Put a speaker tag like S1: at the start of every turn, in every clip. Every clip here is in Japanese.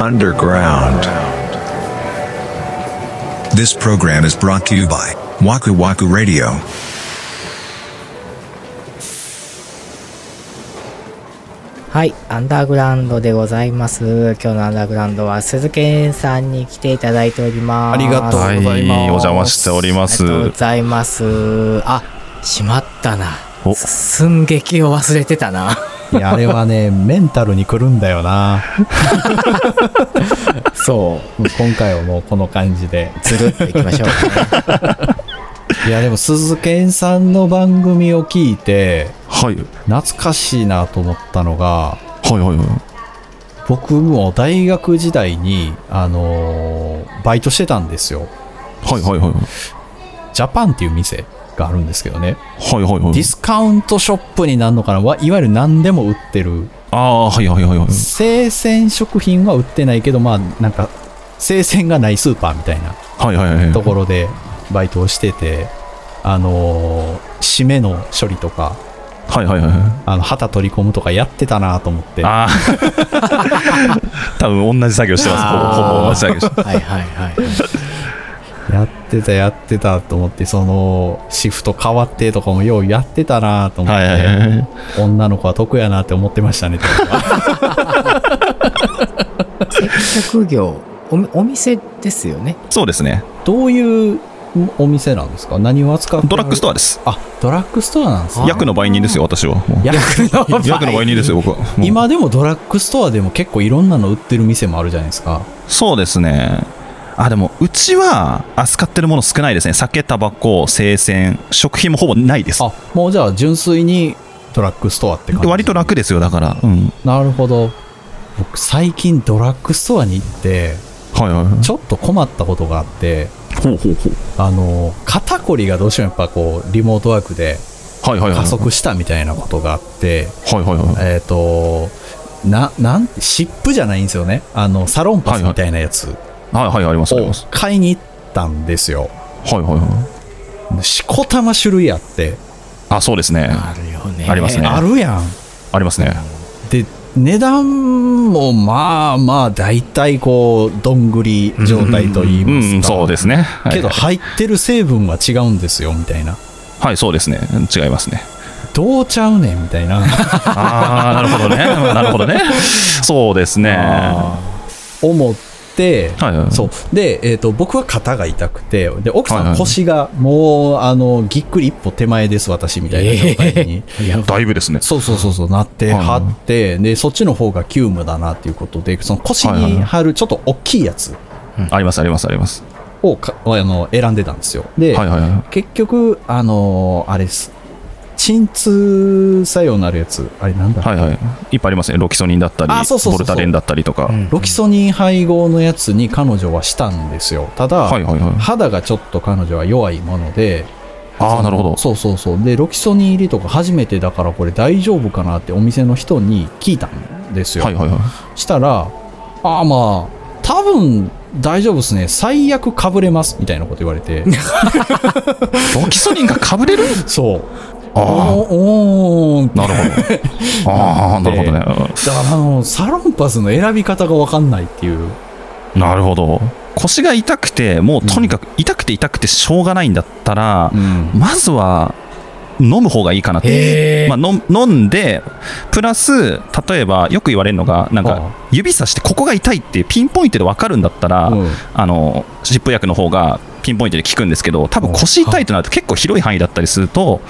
S1: underground.
S2: This program is brought to you by Waku Waku Radio.
S3: はい、アンダーグラウンドでございます。今日のアンダーグラウンドは鈴賢さんに来ていただいております。
S4: ありがとう
S3: あ
S4: ございます
S5: はい、お邪魔しておりま
S3: り
S5: す
S3: が。とうございます。あ、しまったな。
S5: お
S3: 寸劇を忘れてたな。
S4: いやあれはねメンタルにくるんだよな そう今回はもうこの感じで
S3: ずるっといきましょう、
S4: いやでも鈴賢さんの番組を聞いて
S5: はい、はい
S4: 懐かしいなと思ったのが
S5: はいはい。
S4: 僕も大学時代にあのーバイトしてたんですよ
S5: はいはいはい。
S4: ジャパンっていう店があるんですけどね、
S5: はいはいはい。
S4: ディスカウントショップになるのかなわいわゆる何でも売ってる
S5: ああ、はいはいはいはい。
S4: 生鮮食品は売ってないけどまあなんか生鮮がないスーパーみたいな
S5: はいはいはい。
S4: ところでバイトをしてて、あのー締めの処理とか
S5: はいはいはいはい。
S4: あの旗取り込むとかやってたなと思って
S5: ああ。 多分同じ作業してます。ほぼほぼ同じ作業して
S3: はいはいはい。
S4: やってたやってたと思ってそのシフト変わってとかもようやってたなと思って、
S5: はいはいはいはい。
S4: 女の子は得やなって思ってまし たねとか
S3: 接客業お、お店ですよね。
S5: そうですね。
S4: どういうお店なんですか何を扱って
S5: ドラッグス
S4: ア
S5: トアです。
S4: あドラッグストアなんですね
S5: 薬の売人 ですよ、私は。もう
S4: 薬の売人
S5: 薬の売人ですよ、僕は。もう
S4: 今でもドラッグストアでも結構いろんなの売ってる店もあるじゃないですか
S5: そうですね。あ、でも、うちは扱ってるもの少ないですね。酒、タバコ、生鮮、食品もほぼないです。
S4: あもうじゃあ純粋にドラッグストアって感じ
S5: 割と楽ですよ、だから。うん。
S4: なるほど僕最近ドラッグストアに行って
S5: はいはいはい。
S4: ちょっと困ったことがあって
S5: ほうほうほう。
S4: あの肩こりがどうしてもやっぱこうリモートワークで
S5: はいはいはい。
S4: 加速したみたいなことがあって
S5: はいはいはい。
S4: えっ、とななんて湿布じゃないんですよねあのサロンパスみたいなやつ
S5: はいはい、ありますあり
S4: を
S5: ます。
S4: 買いに行ったんですよ
S5: はいはいはい。
S4: しこたま種類あって
S5: あ、そうですね。
S3: あるよね。
S5: ありますね
S4: あるやん
S5: ありますね。
S4: で値段もまあまあ大体こうどんぐり状態と言いうま
S5: ん、
S4: すか、
S5: そうですね。はい
S4: けど入ってる成分は違うんですよみたいな
S5: はい、そうですね。違いますね。
S4: どうちゃうねんみたいな
S5: ああ、なる ほどね。なるほどね。そうですね。は
S4: 思って、
S5: いはい。
S4: そうで、えー、と僕は肩が痛くてで奥
S5: はい
S4: さ
S5: は
S4: ん
S5: い
S4: 腰がもうあのぎっくり一歩手前です私みたいな状態に、
S3: やば
S5: だいぶですね。
S4: そうそうそうそうなって
S5: はい
S4: 貼ってでそっちの方が急務だなっていうことでその腰
S5: はいはいは
S4: に
S5: い
S4: 貼るちょっと大きいやつ
S5: ありますありますあります。
S4: をかあの選んでたんですよで、
S5: はいはいはい。
S4: 結局あのーあれです鎮痛作用のあるやつあれなんだ、
S5: はいはい。いっぱいありますね。ロキソニンだったり
S4: あそうそう、
S5: ボ
S4: そうそう
S5: ルタレンだったりとか。
S3: うん
S4: ロキソニン配合のやつに彼女はしたんですよただ、
S5: はいはいはい。
S4: 肌がちょっと彼女は弱いもので
S5: ああ、なるほど。
S4: そうそうそうでロキソニン入りとか初めてだからこれ大丈夫かなってお店の人に聞いたんですよ、
S5: はいはいはい。
S4: したらああまあ多分大丈夫ですね最悪かぶれますみたいなこと言わ れて
S5: ロキソニンがかぶ れる
S4: そう
S5: あ
S4: おーおーんって
S5: あ、なるほど。 ああ、なるほどね。
S4: だからあのサロンパスの選び方が分かんないっていう
S5: なるほど。腰が痛くて、もうとにかく痛くて痛くてしょうがないんだったら、
S4: ん
S5: まずは飲む方がいいかなって。まあ、飲飲んで、プラス、例えばよく言われるのが、なん
S4: ああ
S5: か指さしてここが痛いってピンポイントで分かるんだったら、
S4: うん
S5: あの湿布薬の方がピンポイントで効くんですけど、多分腰痛いとなると結構広い範囲だったりすると、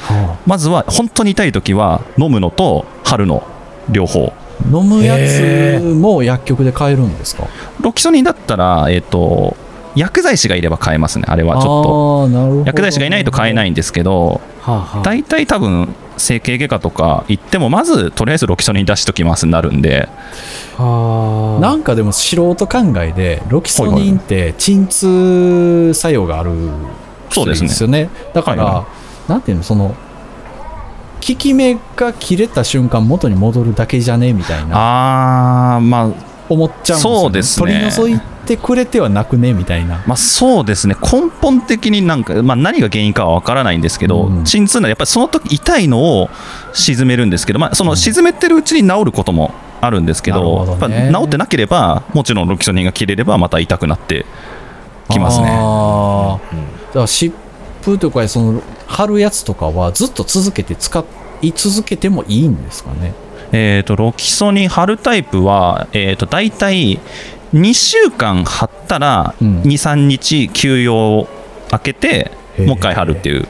S5: まずは本当に痛い時は飲むのと貼るの両方。
S4: 飲むやつも薬局で買えるんですか
S5: ロキソニンだったら、えっと薬剤師がいれば買えますね、あれはちょっと。
S4: あーなるほど
S5: 薬剤師がいないと買えないいんですけど、
S3: はあはあ
S5: 大体多分整形外科とか行っても、まずとりあえずロキソニン出しときますになるんで、
S3: はあ
S4: なんかでも素人考えでロキソニンって鎮痛作用がある
S5: そうですね
S4: 薬よねだから、
S5: は
S4: なんていうのその効き目が切れた瞬間元に戻るだけじゃねみたいな
S5: あー、まあ、
S4: 思っちゃうんですよ、
S5: そうですね
S4: 取り除いてくれてはなくねみたいな
S5: まあ、そうですね、根本的になんか、まあ、何が原因かは分からないんですけど、
S4: うん
S5: 鎮痛ならやっぱりその時痛いのを沈めるんですけど、まあ、その沈めてるうちに治ることもあるんですけど
S4: なるほどね
S5: やっぱ治ってなければもちろんロキソニンが切れればまた痛くなってきますね
S4: あー
S3: うん
S4: だから湿布とかその貼るやつとかはずっと続けて使い続けてもいいんですかね
S5: えー、とロキソニン貼るタイプは、えー、と大体2週間貼ったら
S4: うん
S5: 23日休養を開けて、
S4: へー
S5: もう一回貼るっていう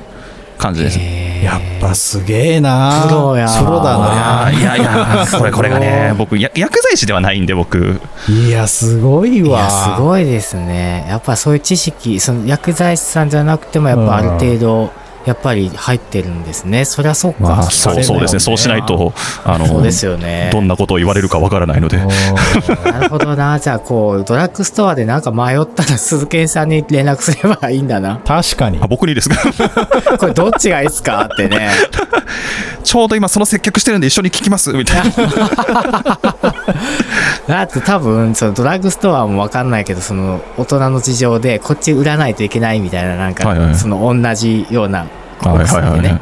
S5: 感じです、
S3: えー
S4: やっぱすげえな
S3: プロや
S4: プロだ
S5: あ
S4: な
S5: ーいやいやこれこれがね僕や薬剤師ではないんで僕
S4: いやすごい
S3: い
S4: わ
S3: やすごいですねやっぱそういう知識その薬剤師さんじゃなくてもやっぱある程度やっぱり入ってるんですねそりゃそう
S5: まあ
S3: か
S5: そ
S4: 聞かれないう
S5: そうですね
S4: もんね
S5: そうしないとあの
S3: そうですよね
S5: どんなことを言われるかわからないので
S4: おー
S3: なるほどなじゃあこうドラッグストアでなんか迷ったら鈴賢さんに連絡すればいいんだな
S4: 確かに
S5: あ僕にですか
S3: これどっちがいいっすかってね
S5: ちょうど今その接客してるんで一緒に聞きますみたいな
S3: だって多分そのドラッグストアもわかんないけどその大人の事情でこっち売らないといけないみたいななんか、
S5: はいはい
S3: その同じような
S5: はいは
S3: で
S5: いはい
S3: ね
S5: は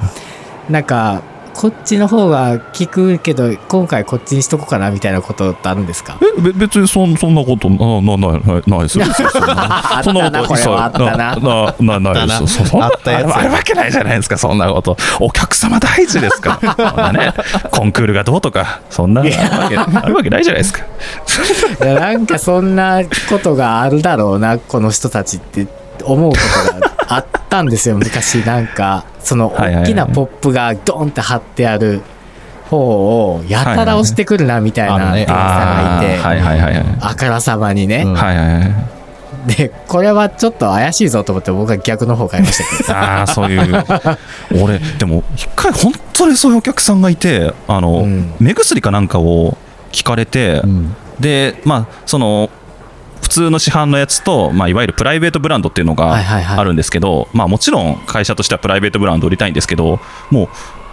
S3: なんかこっちの方が効くけど今回こっちにしとこうかなみたいなことってあるんですか
S5: いべ別にそんそんなことななないないないですよそん
S3: あ
S5: な
S3: っ
S5: そ
S3: た
S5: んな
S3: な
S5: こと
S3: こ
S5: 一
S3: れ
S5: 切
S3: はあったな
S5: なななないですよそそんな
S4: あったやつ
S5: あるわけないじゃないですかそんなことお客様大事ですから そんなねコンクールがどうとかそんなあるわけあるわけないじゃないですか
S3: いやなんかそんなことがあるだろうなこの人たちって思うことがあったんですよ昔なんかその
S5: はいはいはい
S3: 大きなポップがドンって貼ってある方をやたら押してくるなみたい
S4: はい
S3: な
S4: はい
S3: 店員さんがいて、
S5: あーはいはいはいはい
S3: あからさまにね、
S4: うん
S5: はいはいはい
S3: でこれはちょっと怪しいぞと思って僕は逆の方買いましたけど
S5: ああそういう俺でも一回本当にそういうお客さんがいてあの、
S3: うん
S5: 目薬かなんかを聞かれて、
S4: うん
S5: でまあその普通の市販のやつと、まあ、いわゆるプライベートブランドっていうのが
S3: はいはいはい
S5: あるんですけど、まあ、もちろん会社としてはプライベートブランドを売りたいんですけどもう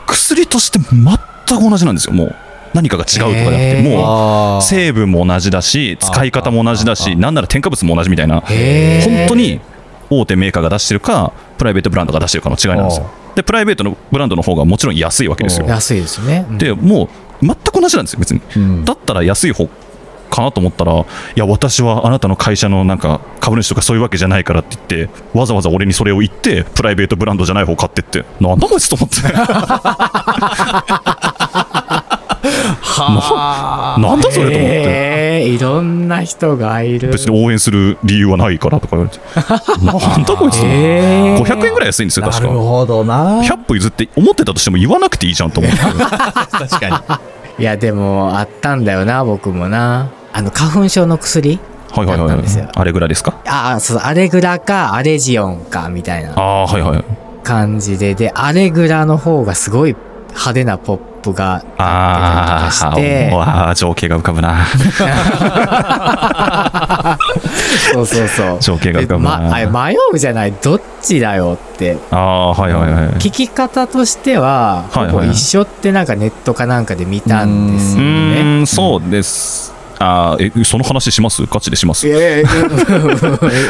S5: 薬として全く同じなんですよもう何かが違うとかじゃなくて、
S3: へー
S5: もう
S4: あー
S5: 成分も同じだし使い方も同じだしなんなら添加物も同じみたいな
S3: へー
S5: 本当に大手メーカーが出してるかプライベートブランドが出してるかの違いなんですよでプライベートのブランドの方がもちろん 安いわけですよ
S4: お
S3: 安いですね、うん
S5: でもう全く同じなんですよ別に、
S4: うん
S5: だったら安い方かなと思ったらいや私はあなたの会社のなんか株主とかそういうわけじゃないからって言ってわざわざ俺にそれを言ってプライベートブランドじゃない方買ってってなんだこいつと 思って
S4: は
S5: なんだそれと思って
S3: へえいろんな人がいる
S5: 別に応援する理由はないからとか言われてなんだこいつと思って
S3: へー
S5: 500円ぐらい安いんですよ
S4: な
S5: 確
S4: る
S5: か
S4: ほどな
S5: 100歩譲って思ってたとしても言わなくていいじゃんと思って
S4: 確かに
S3: いやでもあったんだよな僕もなあの花粉症の薬
S5: はいはい
S3: だ
S5: は
S3: ったんです
S5: い
S3: よ。
S5: あれぐらいですか
S3: ああそうアレグラかアレジオンかみたいな
S5: ああー、はいはい。
S3: 感じででアレグラの方がすごい派手なポップが
S5: あ
S3: 立ってたりとか
S5: あ、情景が浮かぶな。
S3: してそうそうそう
S5: 情景が浮かぶな
S3: でまあれ迷うじゃないどっちだよって
S5: ああ、はいはいはい。
S3: 聞き方としては
S5: はいはい
S3: ほぼ一緒ってなんかネットかなんかで見たんです
S5: う
S3: よね
S5: ーん、そうです。ああ、え、その話しますガチでしま
S3: い
S5: す。
S3: やいやいや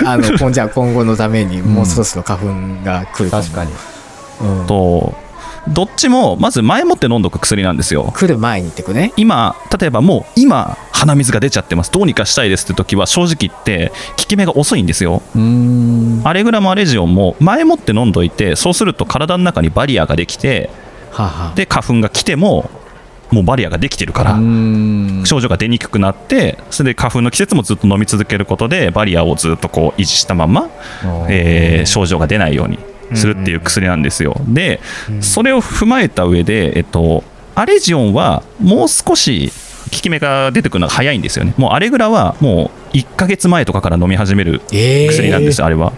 S3: あのこんじゃあ今後のためにもうそろそろ花粉が来るかも
S4: 確かに
S3: うん
S5: と、どっちも、まず前もって飲んどく薬なんですよ。
S3: 来る前にってことね
S5: 今、例えばもう今、鼻水が出ちゃってます。どうにかしたいですって時は、正直言って、効き目が遅いんですよ。
S4: うーん
S5: アレグラもアレジオンも、前もって飲んどいて、そうすると体の中にバリアができて、
S3: はあ、はあ、
S5: で、花粉が来ても、もうバリアができてるから
S4: うー、ん
S5: 症状が出にくくなってそれで花粉の季節もずっと飲み続けることでバリアをずっとこう維持したまま、えー症状が出ないようにするっていう薬なんですよ、でそれを踏まえた上で、えっと、アレジオンはもう少し効き目が出てくるのが早いんですよねもうアレグラはもう1ヶ月前とかから飲み始める
S3: ええ
S5: 薬なんですよ、あれは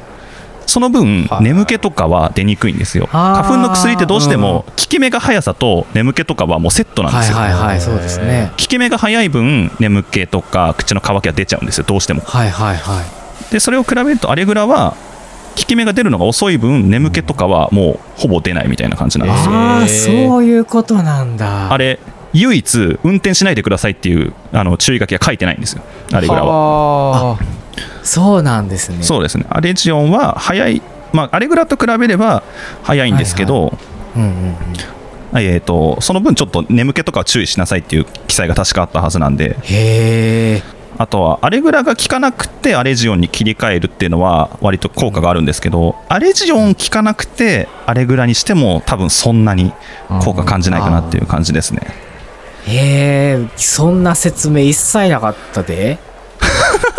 S5: その分
S4: はい
S5: 眠気とかは出にくいんですよ
S3: あー
S5: 花粉の薬ってどうしても効き目が速さと眠気とかはもうセットなんで
S3: はい
S5: すよ、
S3: はいはいそうですね
S5: 効き目が早い分眠気とか口の渇きが出ちゃうんですよどうしても
S3: はいはいはい
S5: でそれを比べるとアレグラは効き目が出るのが遅い分眠気とかはもうほぼ出ないみたいな感じなんですよ、
S3: ああ
S4: へー
S3: そういうことなんだ
S5: あれ唯一運転しないでくださいっていうあの注意書きが書いてないんですよアレグラは
S4: はあ
S3: そうなんですね
S5: そうですねアレジオンは早いまあアレグラと比べれば早いんですけど、
S3: うんうんうん
S5: えー、とその分ちょっと眠気とかは注意しなさいっていう記載が確かあったはずなんで
S3: へえ。
S5: あとはアレグラが効かなくてアレジオンに切り替えるっていうのは割と効果があるんですけどアレジオン効かなくてアレグラにしても多分そんなに効果感じないかなっていう感じですね
S3: へえ、そんな説明一切なかったで。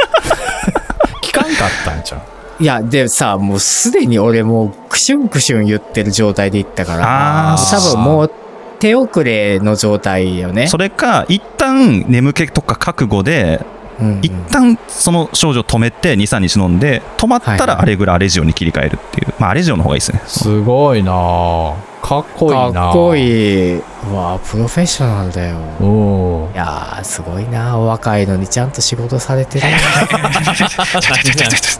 S4: 聞かんかったんじゃん。
S3: いや、でさ、もうすでに俺もうクシュンクシュン言ってる状態で行ったから、
S5: あー
S3: 多分もう手遅れの状態よね。
S5: それか一旦眠気とか覚悟で
S3: うんうん
S5: 一旦その症状止めて23日飲んで止まった
S3: はいはい
S5: らアレグラアレジオンに切り替えるっていうまあアレジオンの方がいいですね
S4: すごいなあかっこいいなあ
S3: かっこいい。うわプロフェッショナルだよ。
S4: お
S3: いやー、すごいなお若いのにちゃんと仕事されてる。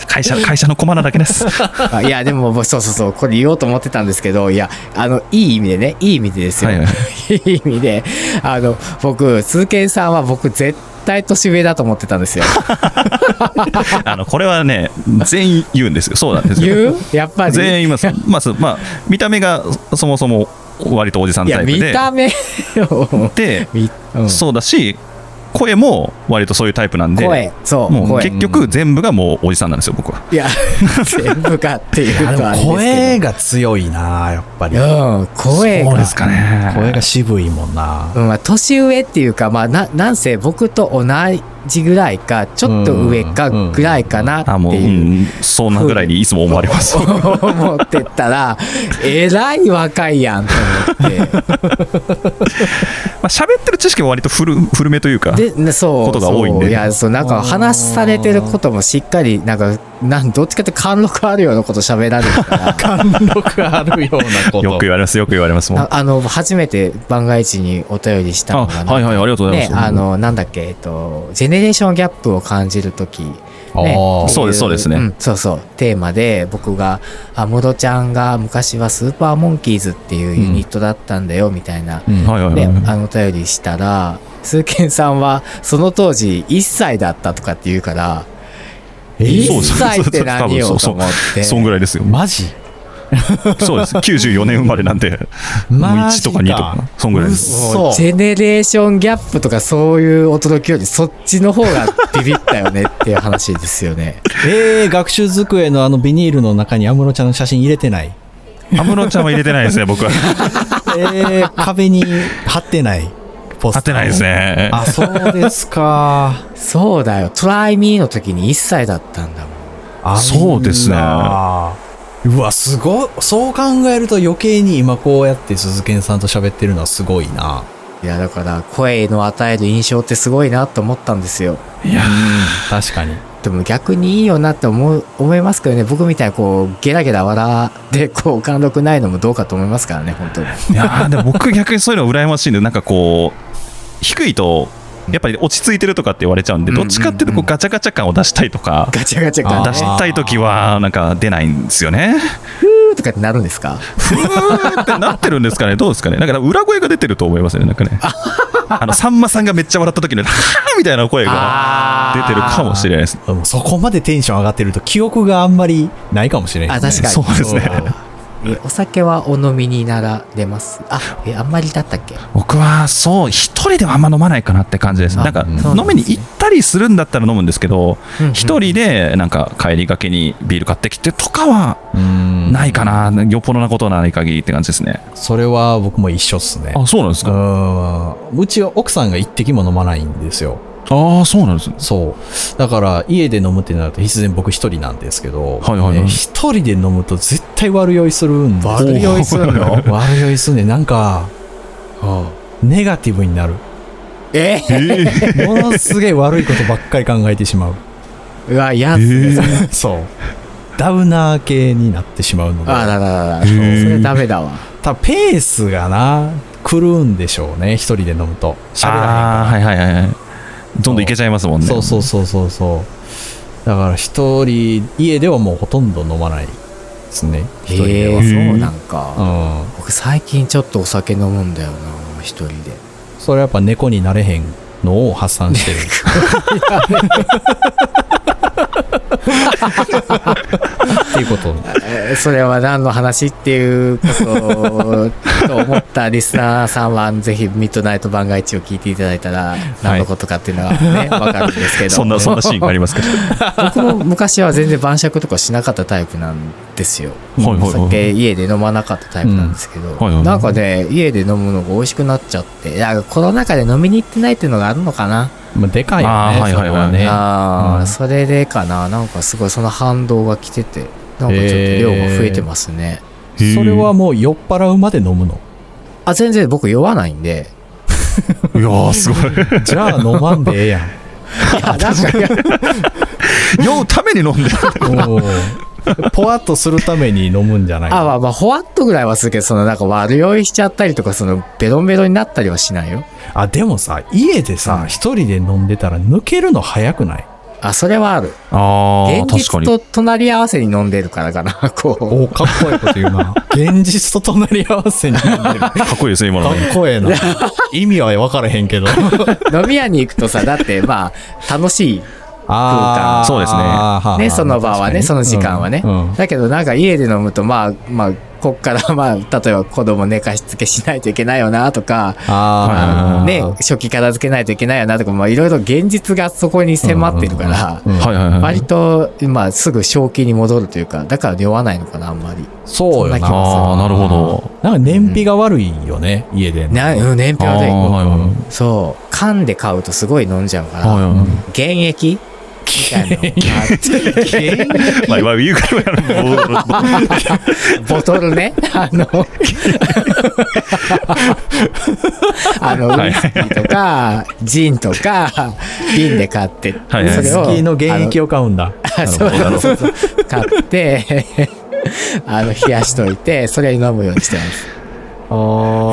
S5: 会社会社の困らだけ です
S3: あいや、でも、そうそうそう、これ言おうと思ってたんですけど、いや、あの、いい意味でね、いい意味でですよ。
S5: はい
S3: い
S5: はい
S3: い、意味で、あの、僕、鈴賢さんは僕、絶対年上だと思ってたん ですよ。
S5: あのこれはね全員言うんですよそうなんですよ
S3: 言うやっぱり。
S5: 全員います。まず、まあ、見た目がそもそも割とおじさん
S3: いや、
S5: タイプ
S3: 見
S5: で。
S3: た目を。
S5: で、
S3: みうん
S5: そうだし、声も割とそういうタイプなんで、
S3: 声、そう、
S5: もう
S3: 声。
S5: 結局全部がもうおじさんなんですよ、僕は。
S3: い や、全部かっていう
S4: あで
S3: とあれですけ
S4: も
S3: ど。
S4: 声が強いなあやっぱり。
S3: うん、声
S5: そう
S3: が
S5: で。すかね。
S4: 声が渋いも んな
S3: うんまあ、年上っていうか、まあ、ななんせ僕と同じぐらいかちょっと上かぐらいかなって
S5: あもう、う、
S3: いうん
S5: そんなぐらいにいつも思われます。
S3: 思ってたらえらい若いやんと思っ
S5: まあ喋ってる知識は割と古古めというか、
S3: てでなそう
S5: ことが多いんで
S3: そういやそうなんか話されてることもしっかりなんかなんどっちかっていうと貫禄あるようなこと喋られるから。
S4: 貫禄あるようなこと
S5: よく言われます、よく言われますもん。
S3: ああの初めて番外地にお便りしたの
S5: あ
S3: が
S5: はいはい、ありがとうござい
S3: ね
S5: ます。
S3: あのなんだっけえっとジェネレーションギャップを感じる時
S4: あ
S3: ね
S4: ー
S5: そうですそうですね
S3: んそうそうテーマで僕が「あムロちゃんが昔はスーパーモンキーズっていうユニットだったんだよ」みたいな、
S4: うん
S5: はいはいはい
S3: ね、あのお便りしたら数ンさんはその当時1歳だったとかって言うから
S4: えー
S5: そう
S3: 1
S5: そう
S3: 歳って何よ
S5: そう
S3: と
S5: そう
S3: 思って
S5: そんぐらいですよ。
S4: マジ
S5: そうです。94年生まれなんで、もう1とか2とか、そんぐらいです。
S4: 嘘
S3: ジェネレーションギャップとかそういう驚きよりそっちの方がビビったよねっていう話ですよ ね。
S4: えー、学習机のあのビニールの中に安室ちゃんの写真入れてない
S5: 安室ちゃんは入れてないですね、僕は。
S4: えー、壁に貼ってないポスター
S5: 合ってないですね。
S4: あそうですか
S3: そうだよ。トライミーの時に1歳だったんだもん。
S4: あんな
S5: そうですね
S4: うわすごいそう考えると余計に今こうやって鈴賢さんと喋ってるのはすごいない
S3: や、だから声の与える印象ってすごいなと思ったんですよ。
S5: いや
S4: 確かに
S3: でも逆にいいよなって思う、思いますけどね。僕みたいにこう、ゲラゲラ笑って、こう、貫禄ないのもどうかと思いますからね、本当に。
S5: いやーでも僕逆にそういうの羨ましいんで、なんかこう、低いと、やっぱり落ち着いてるとかって言われちゃうんで、
S3: うんう
S5: ど
S3: んう
S5: っ
S3: ん
S5: ちかっていうとこうガチャガチャ感を出したいとか、
S3: ガチャガチャ
S4: あ
S3: 感
S5: 出したいときは、なんか出ないんですよね。
S3: ふーとかってなるんですか
S5: ふーってなってるんですかね、どうですかね。なんか裏声が出てると思いますね、なんかね。あの、さんまさんがめっちゃ笑った時の、は ーみたいな声が出てるかもしれないです。
S4: でもそこまでテンション上がってると記憶があんまりないかもしれない、
S3: あ、確かに。
S5: そうですね
S3: えお酒はお飲みになられますあ、え、あんまりだったっけ
S5: 僕はそう一人ではあんま飲まないかなって感じです
S3: あ
S5: なんか
S4: うん
S3: そうな
S5: 飲
S3: んですね
S5: みに行ったりするんだったら飲むんですけど
S3: うんうん
S5: 一人でなんか帰りがけにビール買ってきてとかは
S4: うん
S5: ないかなよっぽどなことはない限りって感じですね
S4: それは僕も一緒っすね
S5: あそうなんです
S4: う
S5: か
S4: んうちは奥さんが一滴も飲まないんですよ
S5: ああそうなんですね
S4: そう。だから、家で飲むってなると必然僕一人なんですけど、
S5: はいはいはい
S4: ね一人で飲むと絶対悪酔いするんです
S3: 悪酔いするの
S4: 悪酔いすんねん。なんか、ネガティブになる。
S3: え
S4: ものすげえ悪いことばっかり考えて しまう。
S3: うわ、や
S5: え
S3: つ。
S5: ー
S4: そう。ダウナー系になってしまうので、
S3: あらららら、そ
S5: ー
S3: れダメだわ。
S4: 多分ペースがな、狂うんでしょうね、一人で飲むと。喋らへんから
S5: あーはいはいはいはいどんどんいけちゃいますもんね
S4: そうそうそうそうそうだから一人家ではもうほとんど飲まないですね一人で
S3: へ
S4: は、
S3: え、そうなんか。
S4: うん
S3: 僕最近ちょっとお酒飲むんだよな一人で
S4: それはやっぱ猫になれへんのを発 散してるっしいことを
S3: えーそれは何の話っていうことをと思ったリスナーさんはぜひミッドナイト番外地を聞いていただいたら何のことかっていうのはね、 わかるんですけど
S5: そんなそんなシーンがあり ますけど
S3: 僕も昔は全然晩酌とかしなかったタイプなんですよ
S5: はいはいはい
S3: お酒家で飲まなかったタイプなんですけど、
S5: はいはい
S3: なんかね家で飲むのが美味しくなっちゃっていやコロナ禍で飲みに行ってないっていうのがあるのかな、
S4: まあ、でかいよね
S5: あーはい
S4: そ
S5: はいはい
S4: れはね
S3: あー
S4: うん
S3: それでかななんかすごいその反動が来ててなんかちょっと量が増えてますね、
S5: へー
S4: それはもう酔っ払うまで飲むの
S3: あ全然僕酔わないん で
S5: いやーすごい
S4: じゃあ飲まんでええ やん
S3: いやなんかいや
S5: 酔うために飲んでる
S4: おーポワッとするために飲むんじゃない
S3: あまあまあほわっとぐらいはするけどそのなんか悪酔いしちゃったりとかそのベロンベロンになったりはしないよ
S4: あでもさ家でさ一人で飲んでたら抜けるの早くない
S3: あそれはある
S5: ああ
S3: 現
S5: 確か
S3: 実と
S5: に
S3: 隣り合わせに飲んでるからかな こ
S4: おかっこいいこと言うな現実と隣り合わせに飲ん でるかっ
S5: かっこいいですね今のね
S4: こええな意味は分からへ んけど
S3: う飲み屋に行くと さだってまあ楽しい
S4: あー
S5: そうですね
S4: はあ
S3: ねその場はね
S4: 確
S3: そ
S4: か
S3: の
S4: に
S3: 時間はね、
S4: うんうん
S3: だけどなんか家で飲むとまあまあこっからまあ例えば子供寝かしつけしないといけないよなとか
S4: あー
S3: ね初期片付けないといけないよなとかまあいろいろ現実がそこに迫ってるから、
S4: うん
S5: はいはいはい
S3: 割と、まあ、すぐ正気に戻るというか、だから酔わないのかな、あんまり。
S4: そうよ
S3: そんな
S4: な
S3: 気
S5: ああなるほど
S4: なんか燃費が悪いよね、家で
S3: なうん、年表
S5: あー
S3: で。
S5: はいはいはい
S3: そう。缶で買うとすごい飲んじゃうから、
S5: はいはいはい
S3: 現役みたいなのがあって
S5: まあ、今言うからやろボール
S3: ボトル ね。あの、あの、ウ
S5: はい
S3: イスキーとか、ジンとか、瓶で買って、
S5: はいはい
S3: そ
S4: ウイス
S3: れ
S4: キ
S3: を。
S4: ーの原液を買うんだ。
S3: あのそうそうそうそう買って、 あの、冷やしといて、それに飲むようにしてます。
S4: あ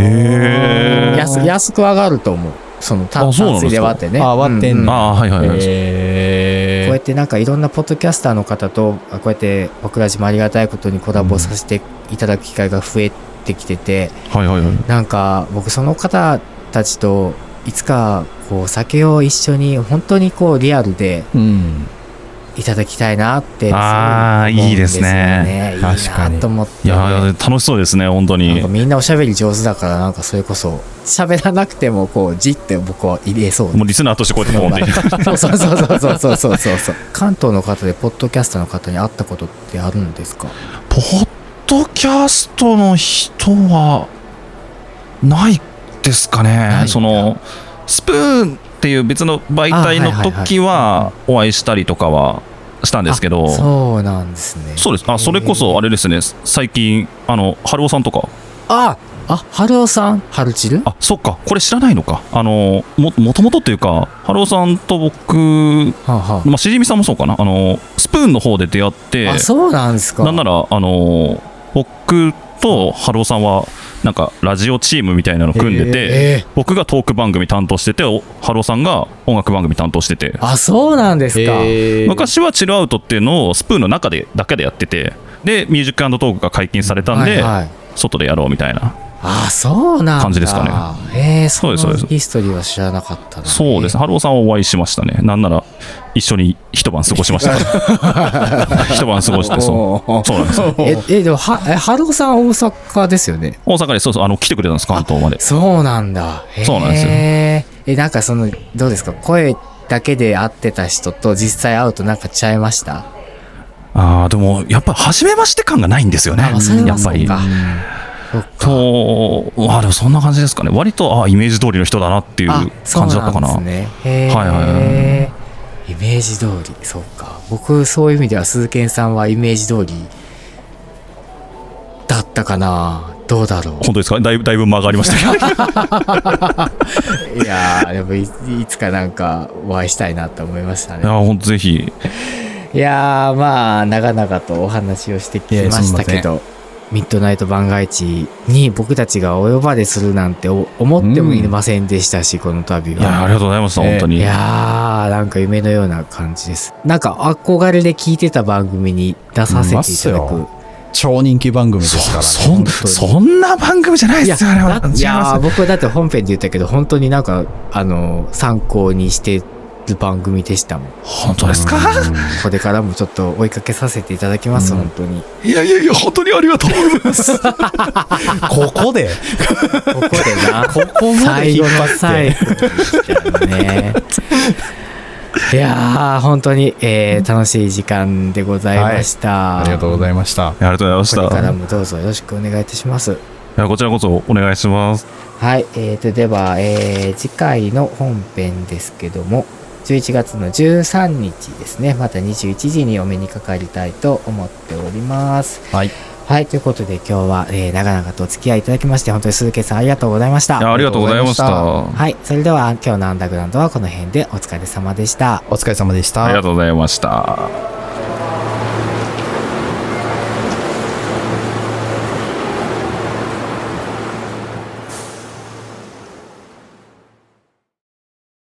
S5: へー
S3: 安安く上がると思う。その炭
S5: あそうなん
S3: 炭
S5: ですか
S3: 水で割ってね。
S4: あ割ってん
S3: う
S4: の
S3: う
S5: ああーはいはいはい、
S3: こうや
S4: え
S3: ってなんかいろんなポッドキャスターの方とあこうやって僕らじもありがたいことにコラボさせていただく機会が増えてきてて、
S5: はいはいはい
S3: なんか僕その方たちといつかこうお酒を一緒に本当にこうリアルで
S4: うん。
S3: いただきたいなって
S5: あー
S3: すご思うん
S5: いいですね
S3: ですよ
S4: 確か
S3: いい
S4: に
S3: なと思って
S5: いやー楽しそうですね本当
S3: なん
S5: に
S3: かみんなおしゃべり上手だからなんかそれこそ喋らなくてもこうじって僕は入れそうな
S5: もうリスナーとしてこうやってポンっ て
S3: そうそうそうそうそうそうそうそう。関東の方でポッドキャストの方に会ったことってあるんですか。
S5: ポッドキャストの人はないですか
S3: ないん
S5: ね
S3: だ
S5: そのスプーンっていう別の媒体の
S3: あはいはいはい
S5: 時はお会いしたりとかはしたんですけど
S3: そうなんですね。
S5: そうですあそれこそあれですね最近あの春尾さんとか
S3: あ、あ、春尾さん、春チル。
S5: あそっかこれ知らないのかあのももともとっていうか春尾さんと僕
S3: はあ、は
S5: まあ、しじみさんもそうかなあのスプーンの方で出会って
S3: あ、あ、そうなんですか。
S5: なんならあの僕と春尾さんはなんかラジオチームみたいなの組んでて、
S3: えー
S5: 僕がトーク番組担当しててお春尾さんが音楽番組担当してて
S3: あ、そうなんですか。
S4: えー
S5: 昔はチルアウトっていうのをスプーンの中でだけでやっててでミュージックトークが解禁されたんで、
S3: はいはい
S5: 外でやろうみたいな
S3: あ、そうなんだ。
S5: 感じですかね。
S3: えー、
S5: そ
S3: そうう
S5: で
S3: ですすそ
S5: そう
S3: う
S5: で
S3: ですす。ヒストリーは知らなかったな
S5: そうですね。春尾さんはお会いしましたねなんなら一緒に一晩過ごしました 一晩過ごしてそ
S3: おー
S5: うそうなんですよ
S3: え、え、でもはえ春尾さん大阪ですよね。
S5: 大阪でそうそうあの来てくれたんです関東まで
S3: そうなんだ。へー
S5: そうなんですよ
S3: え、なんかその、どうですか声だけで会ってた人と実際会うとなんかちゃいました
S5: ああでもやっぱ初めまして感がないんですよね
S3: あそれ
S5: や
S3: は
S5: っぱ
S3: そう
S5: り
S3: か。そっか
S5: とあでもそんな感じですかね割とあイメージ通りの人だなっていう
S3: あ
S5: 感じだったかな
S3: そうなんですね。へー
S5: はいはい
S3: イメージ通り、そうか。僕、そういう意味では、鈴賢さんはイメージ通りだったかな。どうだろ
S5: 本当ですかだいぶだいぶ間がありまし たけど
S3: う。いやー、でもい、いつかなんかお会いしたいなと思いました
S5: いや
S3: ね。
S5: 本当ぜひ
S3: いやー、まあ、長々とお話をしてきましたけど。ミッドナイト番外地に僕たちがお呼ばれするなんてお思ってもいませんでしたし、この度
S5: い
S3: は。
S5: やありがとうございました
S4: えー
S5: 本当に
S3: いやー、なんか夢のような感じです。なんか憧れで聞いてた番組に出させていただ
S4: う
S3: く
S4: ま。超人気番組ですから
S5: そ
S4: ね。
S5: そんそんな番組じゃないですよあれは
S3: だいやー僕はだって本編で言ったけど、本当になんか、あの、参考にしてる番組でしたもん。
S5: 本当ですか
S3: これからもちょっと追いかけさせていただきます、本当に。
S5: いやいやいや、本当にあり がとうございます。
S4: ここで
S3: ここでな、
S4: ここまで
S3: 最
S4: 引
S3: 後
S4: っ張
S3: の
S4: って
S3: 最後でしたよね。いやー、本当に、えー楽しい時間でございました。
S4: ありがとうございました
S5: ありがとうござい
S3: こ
S5: ま
S3: れ
S5: し
S3: から
S5: た。い
S3: もどうぞよろしくお願いいたします。
S5: やこちらこそお願いします。
S3: はい、えー、とでは、えー次回の本編ですけども11月の13日ですねまた21時にお目にかかりたいと思っております
S4: はい
S3: はいということで今日は、えー長々とお付き合いいただきまして本当に鈴木さんありがとうございまし
S5: いや
S3: た
S5: ありがとうございました。あ
S3: はいそれでは今日のアンダーグラウンドはこの辺でお疲れ様でした
S4: お疲れ様でした
S5: りがとうございました。